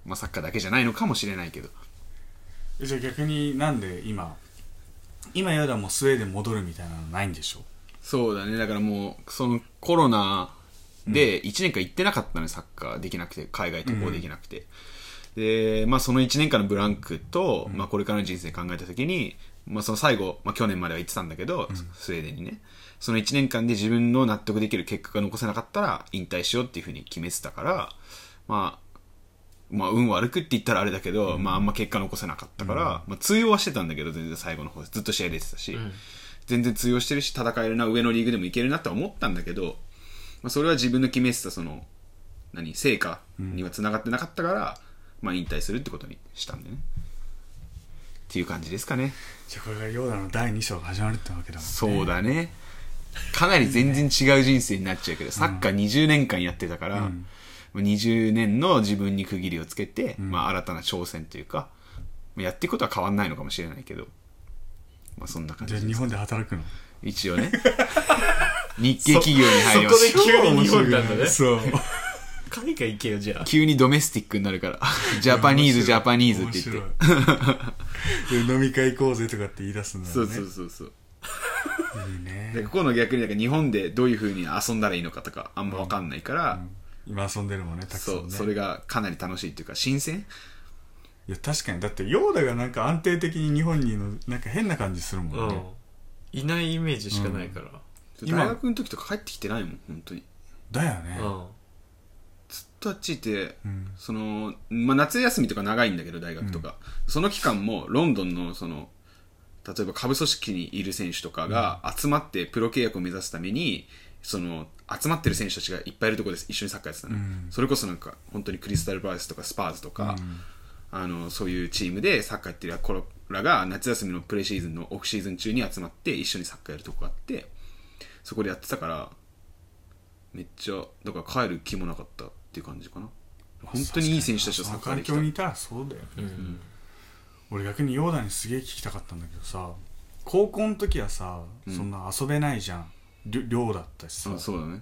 Speaker 3: まあサッカーだけじゃないのかもしれないけど
Speaker 1: えじゃあ逆になんで今今やだもうスウェーデン戻るみたいなのないんでしょ
Speaker 3: そうだねだからもうそのコロナで1年間行ってなかったのよサッカーできなくて海外渡航できなくて、でまあその1年間のブランクと、まあ、これからの人生考えた時に、まあ、その最後、まあ、去年までは行ってたんだけど、スウェーデンにねその1年間で自分の納得できる結果が残せなかったら引退しようっていうふうに決めてたからまあまあ、運悪くって言ったらあれだけど、まあ、あんま結果残せなかったから、まあ、通用はしてたんだけど、全然最後の方、ずっと試合出てたし、全然通用してるし、戦えるな、上のリーグでもいけるなとは思ったんだけど、まあ、それは自分の決めてた、その、何、成果には繋がってなかったから、まあ、引退するってことにしたんでね。っていう感じですかね。
Speaker 1: じゃあこれがヨーダの第2章が始まるってわけだもん
Speaker 3: そうだね。かなり全然違う人生になっちゃうけど、サッカー20年間やってたから、まあ20年の自分に区切りをつけて、まあ新たな挑戦というか、まあやっていくことは変わんないのかもしれないけど、まあそんな感
Speaker 1: じゃあ
Speaker 3: じ
Speaker 1: 日
Speaker 3: です。
Speaker 1: 本で働くの
Speaker 3: 一応ね、 *laughs* 日系企業に入りま
Speaker 2: そ
Speaker 3: し
Speaker 2: こで急に日本
Speaker 1: だ
Speaker 2: なんだね
Speaker 1: そう
Speaker 2: 海外行けよ、じゃあ。
Speaker 3: 急にドメスティックになるから、 *laughs* ジャパニーズ、ジャパニーズって言って。
Speaker 1: 言って飲み会行こうぜとかって言い出すんだ
Speaker 3: そ
Speaker 1: ろ
Speaker 3: う
Speaker 1: ね
Speaker 3: そうそうそう。
Speaker 1: いいね
Speaker 3: で、ここの逆になんか日本でどういう風に遊んだらいいのかとか、あんまわかんないから、
Speaker 1: 今遊んでるもんねたくさん
Speaker 3: そ
Speaker 1: ね
Speaker 3: う、それがかなり楽しいっていうか、新鮮
Speaker 1: いや確かにだってヨーダがなんか安定的に日本にいるのなんか変な感じするも
Speaker 2: うん
Speaker 1: ね、
Speaker 2: ん。いないイメージしかないから。
Speaker 1: 今
Speaker 3: 大学の時とか帰ってきてないもん本当に
Speaker 1: だよね、
Speaker 2: うん。
Speaker 3: ずっとあっちいて、
Speaker 1: ん
Speaker 3: その、まあ、夏休みとか長いんだけど大学とか、その期間もロンドンのその例えば下部組織にいる選手とかが集まってプロ契約を目指すためにその集まってる選手たちがいっぱいいるところで一緒にサッカーやってたの、
Speaker 1: ん
Speaker 3: それこそなんか本当にクリスタル・バースとかスパーズとか、あのそういうチームでサッカーやってる子らが夏休みのプレシーズンのオフシーズン中に集まって一緒にサッカーやるとこがあってそこでやってたからめっちゃだから帰る気もなかったっていう感じかな本当にいい選手たちとサッカーでき
Speaker 1: その環境に
Speaker 3: た
Speaker 1: いたらそうだよね、
Speaker 2: うん。
Speaker 1: 俺逆にヨーダにすげえ聞きたかったんだけどさ高校の時はさ、そんな遊べないじゃんりょ寮だったしさ
Speaker 3: あそうだね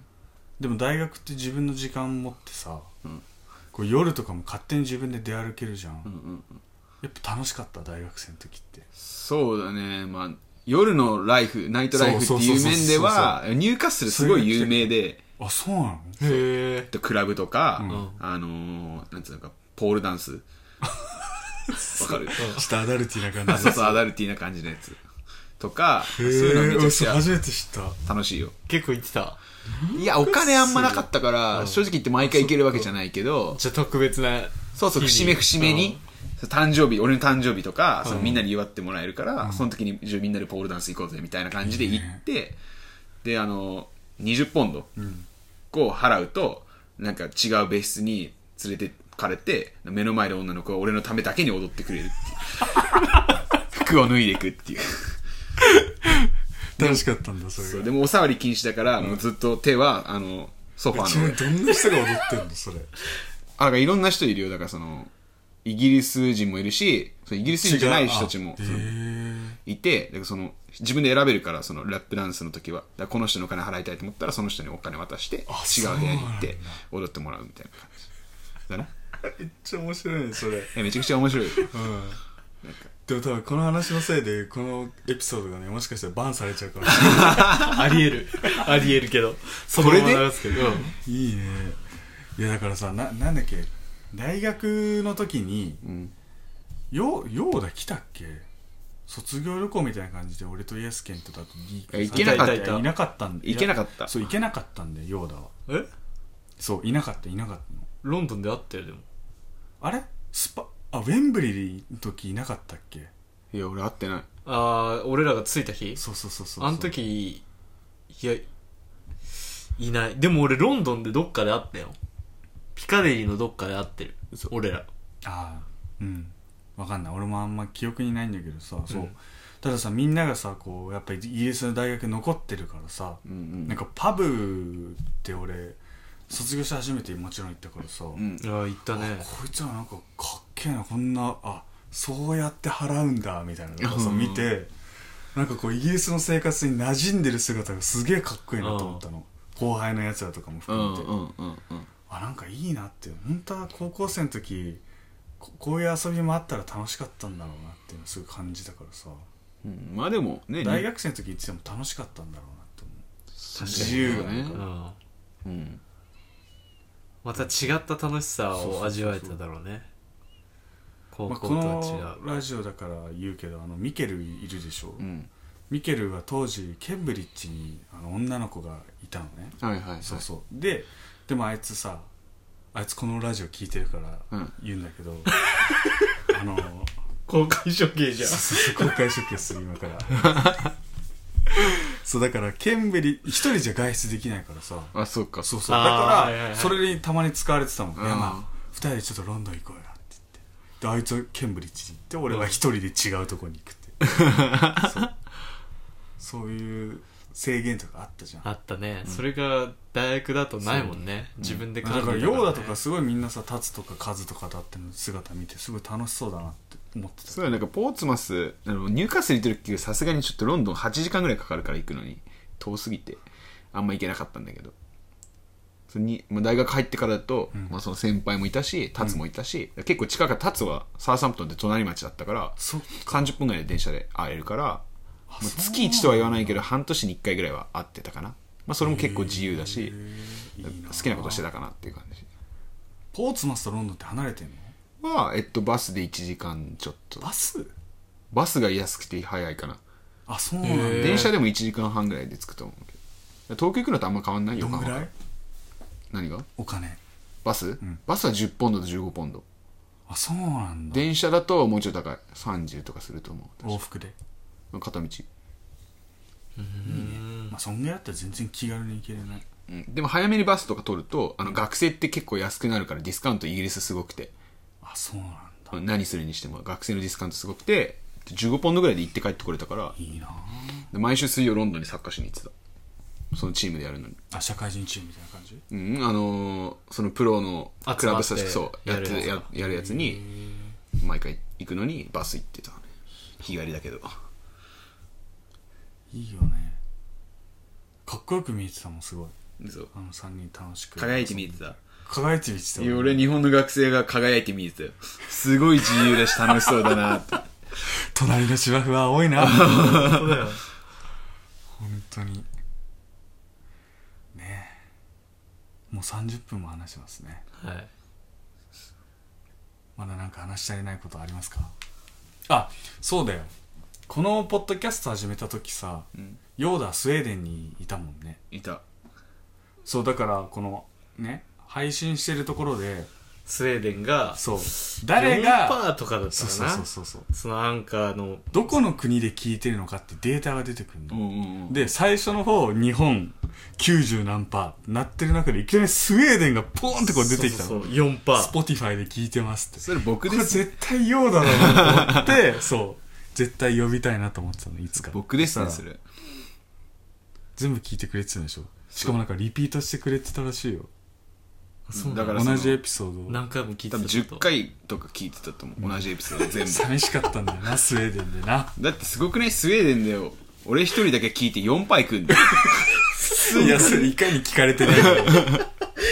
Speaker 1: でも大学って自分の時間持ってさ、
Speaker 3: うん
Speaker 1: こう夜とかも勝手に自分で出歩けるじゃん、
Speaker 3: うんうんうん
Speaker 1: やっぱ楽しかった大学生の時って
Speaker 3: そうだねまあ夜のライフナイトライフって
Speaker 1: そうそう
Speaker 3: い
Speaker 1: そうそ
Speaker 3: う
Speaker 1: う
Speaker 3: 面ではニューカッスルすごい有名で
Speaker 1: あそうなの
Speaker 2: へえ。
Speaker 3: クラブとか、
Speaker 2: ん
Speaker 3: あのーなんつうのかポールダ
Speaker 1: *laughs*
Speaker 3: ンスわかる
Speaker 1: ちょっとアダルティな感じ
Speaker 3: そうそうアダルティーな感じのやつとかそう
Speaker 1: へ
Speaker 3: いうのめ
Speaker 1: え俺
Speaker 3: ちゃく
Speaker 1: そ
Speaker 3: ち
Speaker 1: れ
Speaker 3: ゃ
Speaker 1: 初めて知った
Speaker 3: 楽しいよ
Speaker 2: 結構行ってた。
Speaker 3: いやお金あんまなかったから正直言って毎回行けるわけじゃないけど
Speaker 2: じゃあ特別な。
Speaker 3: そうそう、節目節目に、誕生日、俺の誕生日とか、そのみんなに祝ってもらえるから、その時に、じゃあみんなでポールダンス行こうぜ、みたいな感じで行って、で、あの、20ポンドを払うと、なんか違う別室に連れてかれて、目の前の女の子は俺のためだけに踊ってくれる *laughs* っていう。服を脱いでいくっていう。
Speaker 1: 楽しかったんだそ
Speaker 3: そう
Speaker 1: れが
Speaker 3: でもお触り禁止だから、もうずっと手は、あの、ソファ
Speaker 1: ち
Speaker 3: ー
Speaker 1: な *laughs*
Speaker 3: の
Speaker 1: み
Speaker 3: 上
Speaker 1: に。どんな人が踊ってんの *laughs* それ
Speaker 3: あ、だからいろんな人いるよ。だからその、イギリス人もいるし、そのイギリス人じゃない人たちも。
Speaker 1: へえ
Speaker 3: いて、だからその自分で選べるから、そのラップダンスの時は、だからこの人のお金払いたいと思ったら、その人にお金渡して、違う部屋に行って、踊ってもらうみたいな感じ。だね。
Speaker 1: めっちゃ面白いねそれ
Speaker 3: えめちゃくちゃ面白い。
Speaker 1: *laughs* うんでも多分この話のせいでこのエピソードがねもしかしたらバンされちゃう *laughs* かもしれな
Speaker 2: ありえる。ありえるけど。そ
Speaker 3: こ
Speaker 2: の
Speaker 3: れ
Speaker 2: ま
Speaker 3: で
Speaker 2: ま流すけど。うん
Speaker 1: いいいねいやだからさななんだっけ大学の時に
Speaker 3: うん。
Speaker 1: よようだ来たっけ卒業旅行みたいな感じで俺とイエスケンとだとい
Speaker 3: や行けなかった
Speaker 1: いいなかったんで
Speaker 3: 行けなかった
Speaker 1: そう行けなかったんでようだは
Speaker 2: え
Speaker 1: そういなかったいなかったの
Speaker 2: ロンドンで会ったよ、でも。
Speaker 1: あれスパあウェンブリーの時いなかったっけ
Speaker 3: いや、俺会ってない。
Speaker 2: ああ、俺らが着いた日
Speaker 1: そうそうそうそう
Speaker 2: あの時、いや、いない。でも俺ロンドンでどっかで会ったよ。ピカデリーのどっかで会ってる。俺ら。
Speaker 1: ああうんわかんない俺もあんま記憶にないんだけどさそう、たださみんながさこうやっぱりイギリスの大学残ってるからさ、
Speaker 3: うんうん。
Speaker 1: なんかパブって俺卒業して初めてもちろん行ったからさ、
Speaker 3: うん
Speaker 2: ああ、行ったね。
Speaker 1: こいつはなんかかっけえなこんなあそうやって払うんだみたいなのをさ
Speaker 3: うん
Speaker 1: 見てなんかこうイギリスの生活に馴染んでる姿がすげえかっこいいなと思ったの後輩のやつらとかも
Speaker 3: う
Speaker 1: 含
Speaker 3: ん
Speaker 1: めて、
Speaker 3: うんうんうん
Speaker 1: あなんかいいなって本当は高校生の時ここういう遊びもあったら楽しかったんだろうなっていうのをすごい感じたからさ
Speaker 3: うんまあでもね
Speaker 1: 大学生の時行ってても楽しかったんだろうなって思う
Speaker 3: 自由がね
Speaker 2: う、ん。
Speaker 3: うん、
Speaker 2: また違った楽しさを味わえただろうね。高
Speaker 1: まあ、
Speaker 2: 校
Speaker 1: こと
Speaker 2: は違
Speaker 1: の
Speaker 2: う。
Speaker 1: ラジオだから言うけどあのミケルいるでしょ、
Speaker 3: うん、
Speaker 1: ミケルは当時ケンブリッジにあの女の子がいたのね
Speaker 3: はいはいはい
Speaker 1: そうそうででもあいつさあいつこのラジオ聞いてるから
Speaker 3: うん
Speaker 1: 言うんだけ
Speaker 3: *laughs*
Speaker 1: ど、あの
Speaker 2: 公開処刑じゃん。
Speaker 1: 公開処刑する今から *laughs* そうだからケンブリ一人じゃ外出できないからさ
Speaker 3: あそっか
Speaker 1: そううそうだ
Speaker 2: あーはいはい
Speaker 1: か
Speaker 2: は
Speaker 1: ら
Speaker 2: い
Speaker 1: それにたまに使われてたもん
Speaker 3: うん
Speaker 1: ね、まあ、2人でちょっとロンドン行こうよって言ってであいつはケンブリッジに行って俺は一人で違うとこに行くって、
Speaker 2: *laughs*
Speaker 1: そうそういう制限とかあったじゃん
Speaker 2: *laughs* あったね。それが大学だとないもんね。自分で考え
Speaker 1: だ
Speaker 2: た
Speaker 1: から
Speaker 2: ね
Speaker 1: ヨーダと
Speaker 2: *laughs*
Speaker 1: かすごいみんなさ立つとか数とか立ってる姿見てすごい楽しそうだなって思ってた
Speaker 3: そうやなんかポーツマスあの入荷する時はさすがにちょっとロンドン8時間ぐらいかかるから行くのに遠すぎてあんま行けなかったんだけどそれに、まあ、大学入ってからだと、
Speaker 1: ん
Speaker 3: まあ、その先輩もいたしタツもいたし、結構近くタツはサーサンプトンって隣町だったから
Speaker 1: そっ
Speaker 3: 30分ぐらいで電車で会えるからもう
Speaker 1: そう
Speaker 3: 月1とは言わないけど半年に1回ぐらいは会ってたかな、まあ、それも結構自由だし
Speaker 1: へーいい
Speaker 3: 好きなことして
Speaker 1: た
Speaker 3: たかなっていう感じ
Speaker 1: ポーツマスとロンドンって離れてんの
Speaker 3: は、えっと、バスで1時間ちょっと
Speaker 1: バス
Speaker 3: バスが安くて早いかな
Speaker 1: あそうなんだ、
Speaker 2: へー
Speaker 3: 電車でも1時間半ぐらいで着くと思うけど東京行くのとあんま変わんないよ
Speaker 1: どんぐらい
Speaker 3: 何が
Speaker 1: お金
Speaker 3: バス、
Speaker 1: ん
Speaker 3: バスは10ポンドと15ポンド
Speaker 1: あそうなんだ
Speaker 3: 電車だともうちょい高い30とかすると思
Speaker 1: 往復で、
Speaker 3: う片道、
Speaker 1: まあ、そんぐらいだったら全然気軽に行けれない
Speaker 3: うん、でも早めにバスとか取るとあの学生って結構安くなるからディスカウントイギリスすごくて
Speaker 1: あそうなんだ
Speaker 3: うん何するにしても学生のディスカウントすごくて15ポンドぐらいで行って帰ってこれたから
Speaker 1: いいな
Speaker 3: で毎週水曜ロンドンにサッカーしに行ってたそのチームでやるのに
Speaker 1: あ社会人チームみたいな感じ
Speaker 3: うん、あのーそのプロのクラブ組織
Speaker 2: 集ま
Speaker 3: そ
Speaker 2: っ
Speaker 3: う
Speaker 2: て
Speaker 3: や
Speaker 2: や
Speaker 3: っ
Speaker 2: る
Speaker 3: て
Speaker 2: や
Speaker 3: ややるやつに毎回行くのにバス行ってたね日帰りだけど
Speaker 1: いいよねかっこよく見えてたもんすごい
Speaker 3: そう
Speaker 1: あの3人楽しく
Speaker 3: 輝いて見えてた
Speaker 1: 輝いて見えてた
Speaker 3: いや俺日本の学生が輝いて見えてたよすごい自由だし楽しそうだなって
Speaker 1: 隣の芝生は青いな
Speaker 2: そうだよ。
Speaker 1: 本当にねえもう30分も話してますね
Speaker 2: はい。
Speaker 1: まだなんか話し足りないことありますかあそうだよこのポッドキャスト始めた時さ、
Speaker 3: ん
Speaker 1: ヨーダはスウェーデンにいたもんね
Speaker 3: *laughs* いた
Speaker 1: そうだからこのね配信してるところで
Speaker 2: スウェーデンが、
Speaker 1: そう誰
Speaker 2: 誰が、
Speaker 1: が
Speaker 2: 4%とかだった
Speaker 1: そう
Speaker 2: か
Speaker 1: そうそう
Speaker 2: な。
Speaker 1: そうそう
Speaker 2: そのアンカーの、
Speaker 1: どこの国で聞いてるのかってデータが出てくるの、
Speaker 3: ん
Speaker 1: で最初の方日本90何パーなってる中でいきなりスウェーデンがポーンってこう出てきた
Speaker 2: そう
Speaker 1: の
Speaker 2: そうそう4%。
Speaker 1: スポティファイで聞いてますって
Speaker 3: それ僕
Speaker 1: こ
Speaker 3: で
Speaker 1: れ
Speaker 3: す
Speaker 1: 絶対用だろうなと思って *laughs* そう絶対呼びたいなと思ってたのいつか
Speaker 3: 僕ですね
Speaker 1: そし
Speaker 3: そ
Speaker 1: たら
Speaker 3: れ
Speaker 1: 全部聞いてくれてたんでしょしかもなんかリピートしてくれてたらしいよ
Speaker 2: そう
Speaker 3: だからその
Speaker 1: 同じエピソードを
Speaker 2: 何回も聞いて
Speaker 3: 多
Speaker 2: た
Speaker 3: 分
Speaker 2: ちょっと
Speaker 3: 10回とか聞いてたと思う同じエピソード全部
Speaker 1: 寂しかったんだよ
Speaker 3: *laughs*
Speaker 1: なスウェーデンでな
Speaker 3: だってすごくねスウェーデンだよ俺一人だけ聞いて4パー行くんだよ
Speaker 1: いやそれいかに聞かれてないの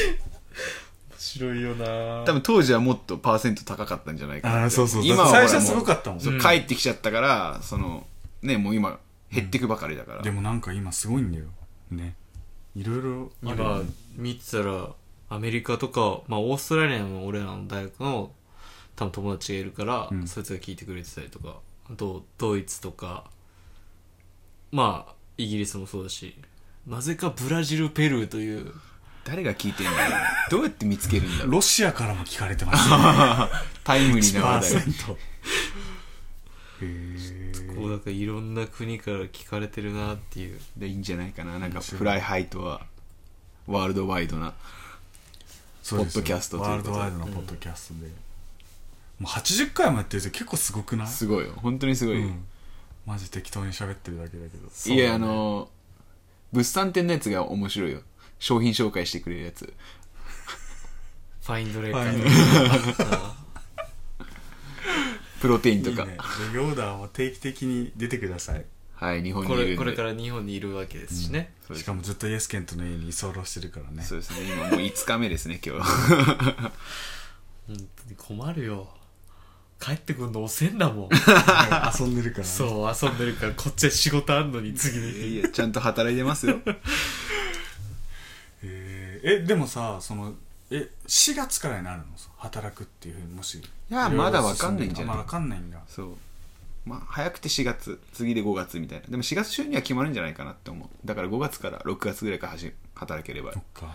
Speaker 2: 面白いよな
Speaker 3: 多分当時はもっとパーセント高かったんじゃないかな
Speaker 1: ああそうそう
Speaker 3: 今は
Speaker 1: 最
Speaker 3: 最
Speaker 1: 初
Speaker 3: 初
Speaker 1: は
Speaker 3: は
Speaker 1: すごかったもん
Speaker 3: そう
Speaker 2: うん
Speaker 3: 帰ってきちゃったから、そのねもう今減ってくばかりだか
Speaker 1: *laughs*
Speaker 3: ら、
Speaker 1: でもなんか今すごいんだよねいろいろあるよ
Speaker 2: 今
Speaker 1: ね
Speaker 2: 見てたらアメリカとか、まあ、オーストラリアの俺らの大学の多分友達がいるから、
Speaker 1: うん
Speaker 2: そいつが聞いてくれてたりとかあとドイツとかまあイギリスもそうだしなぜかブラジルペルーという
Speaker 3: 誰が聞いてんだろうどうやって見つけるん
Speaker 1: *laughs*
Speaker 3: だろう
Speaker 1: ロシアからも聞かれてますね
Speaker 3: タイムリーな話題 *laughs*
Speaker 1: 1%へー
Speaker 2: こうなんかいろんな国から聞かれてるなっていう
Speaker 3: でいいんじゃないかななんか
Speaker 1: 面白い
Speaker 3: フライハイとはワールドワイドな
Speaker 1: そうですよ
Speaker 3: ポッドキャストと
Speaker 1: ワー
Speaker 3: いう
Speaker 1: ル
Speaker 3: こと
Speaker 1: ド
Speaker 3: で
Speaker 1: ワイドのポッドキャストで、もう80回もやってるって結構すごくない
Speaker 3: すごいよ本当にすごい、よ
Speaker 1: うんマジ適当に喋ってるだけだけど
Speaker 3: いや、あの物産展のやつが面白いよ商品紹介してくれるやつ
Speaker 2: ファインドレイか
Speaker 1: ファイン
Speaker 3: プロテイン
Speaker 1: い
Speaker 3: と
Speaker 1: い
Speaker 3: か
Speaker 1: ねレギオーダーは定期的に出てください
Speaker 3: はい日本に
Speaker 2: こ
Speaker 3: いるん
Speaker 2: れ
Speaker 3: で
Speaker 2: これから日本にいるわけですしね、
Speaker 3: そうで
Speaker 1: し
Speaker 3: す
Speaker 1: かもずっとイエスケントの家に居候してるからね
Speaker 3: そうですね今もう5日目ですね今日
Speaker 1: *laughs*
Speaker 2: 本当に困るよ帰ってくんの遅えんだもん
Speaker 1: 遊んでるからね
Speaker 2: そう遊んでるからこっちは仕事あんのに次の日
Speaker 3: いやちゃんと働いてますよ
Speaker 1: えーえでもさそのえ4月からになるのさ働くっていうふうにもしい
Speaker 3: やまだわかんないんじゃない
Speaker 1: まだわかんないんだ
Speaker 3: そうまあ早くて4月次で5月みたいなでも4月中には決まるんじゃないかなって思うだから5月から6月ぐらいからはじ働ければ
Speaker 1: そっか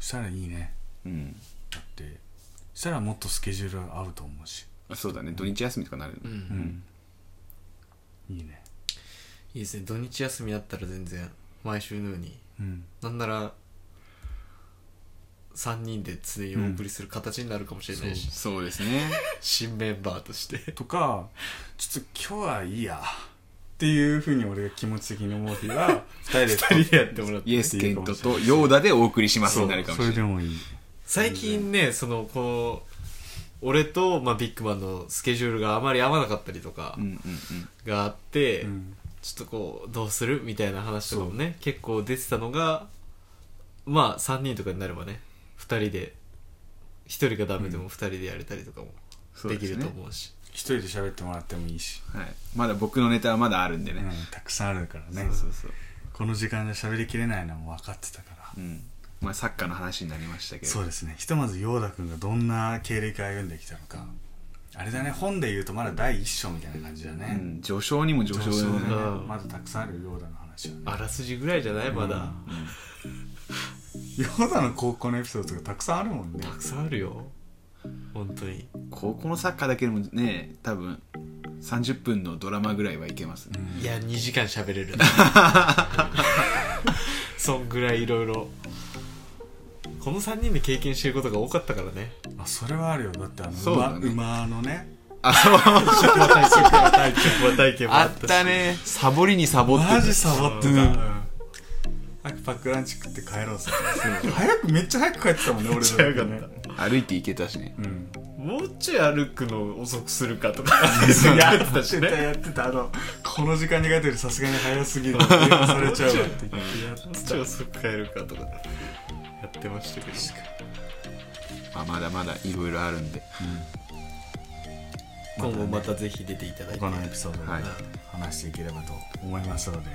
Speaker 1: したらいいね
Speaker 3: うん
Speaker 1: だってしたらもっとスケジュール合うと思うし
Speaker 3: そうだね土日休みとかなる
Speaker 2: うん、
Speaker 1: うんいいね
Speaker 2: いいですね土日休みだったら全然毎週のように
Speaker 1: うん
Speaker 2: なんなら3人で常にお送りする形になるかもしれないし、
Speaker 3: そうですね
Speaker 2: 新メンバーとして
Speaker 1: とかちょっと今日はいいやっていうふうに俺が気持ち的に思う日は二人で
Speaker 2: 2人でやってもらって
Speaker 3: イエスケントとヨーダでお送りしますになるかもし
Speaker 1: そ
Speaker 3: れ
Speaker 1: れ
Speaker 3: ない
Speaker 1: でもいい
Speaker 2: 最近ねそのこう俺と、まあ、ビッグマンのスケジュールがあまり合わなかったりとか
Speaker 3: うんうん
Speaker 2: があって、
Speaker 1: うん
Speaker 2: ちょっとこうどうするみたいな話とかもね結構出てたのがまあ3人とかになればね2人で1人がダメでも2人でやれたりとかも
Speaker 3: そう
Speaker 2: でき
Speaker 3: ですね
Speaker 2: ると思うし
Speaker 1: 一人で喋ってもらってもいいし、
Speaker 3: うんはいまだ僕のネタはまだあるんで
Speaker 1: う
Speaker 3: ね、
Speaker 1: ん、たくさんあるからね
Speaker 3: そうそうそう、
Speaker 1: この時間で喋りきれないのも分かってたから
Speaker 3: うん、まあサッカーの話になりましたけど
Speaker 1: そうですねひとまず陽太くんがどんな経歴を歩んできたのか、あれだね本で言うとまだ第一章みたいな感じだ
Speaker 3: う
Speaker 1: ね、
Speaker 3: ん、序章にも序章
Speaker 1: 上昇だね
Speaker 3: だね
Speaker 2: うん
Speaker 1: まだたくさんある陽太の話はね
Speaker 2: あらすじぐらいじゃないまだ、
Speaker 1: 陽太の高校のエピソードとかたくさんあるもんね
Speaker 2: たくさんあるよ本当に
Speaker 3: 高校のサッカーだけでもね多分30分のドラマぐらいはいけますね、
Speaker 2: いや2時間喋 *laughs* れるなそんぐらいいろいろこの3人で経験してることが多かったからね
Speaker 1: あそれはあるよだってあの
Speaker 3: そうだね
Speaker 1: 馬馬のね
Speaker 3: あそう
Speaker 2: 職場体験職場体験職場体験も
Speaker 3: あ
Speaker 2: あ
Speaker 3: っ
Speaker 2: ったした
Speaker 3: ねサボりにサボってた
Speaker 1: *laughs* マジサボってた、
Speaker 3: う
Speaker 1: うんん早くパックランチ食って帰ろうさ早くめっちゃ早く帰ってたもんね俺
Speaker 2: ちゃ早かった
Speaker 1: だてね
Speaker 3: 歩いて行けたしね
Speaker 1: うん
Speaker 2: もうちょい歩くの遅くするかとかやってたし
Speaker 1: 絶対
Speaker 2: ね
Speaker 1: やってたあのこの時間に帰ってるさすがに早す *laughs* ぎるって言わされちゃうわって言ってや
Speaker 2: もう
Speaker 1: って
Speaker 2: ちょい遅く帰るかとかやってましたけど
Speaker 3: まあ、まだまだいろいろあるんで
Speaker 2: 今後またぜひ出ていただいて
Speaker 1: 他のエピソードで
Speaker 3: はいよ
Speaker 1: 話していければと思いますので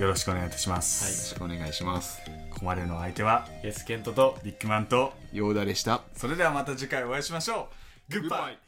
Speaker 1: よろしくお願いいたしま
Speaker 3: ろ
Speaker 1: す、
Speaker 3: しくお願いします
Speaker 1: ここまでのお相手は
Speaker 2: イエスケントと
Speaker 1: ビッグマンと
Speaker 3: ヨーダでした
Speaker 1: それではまた次回お会いしましょうグッバイ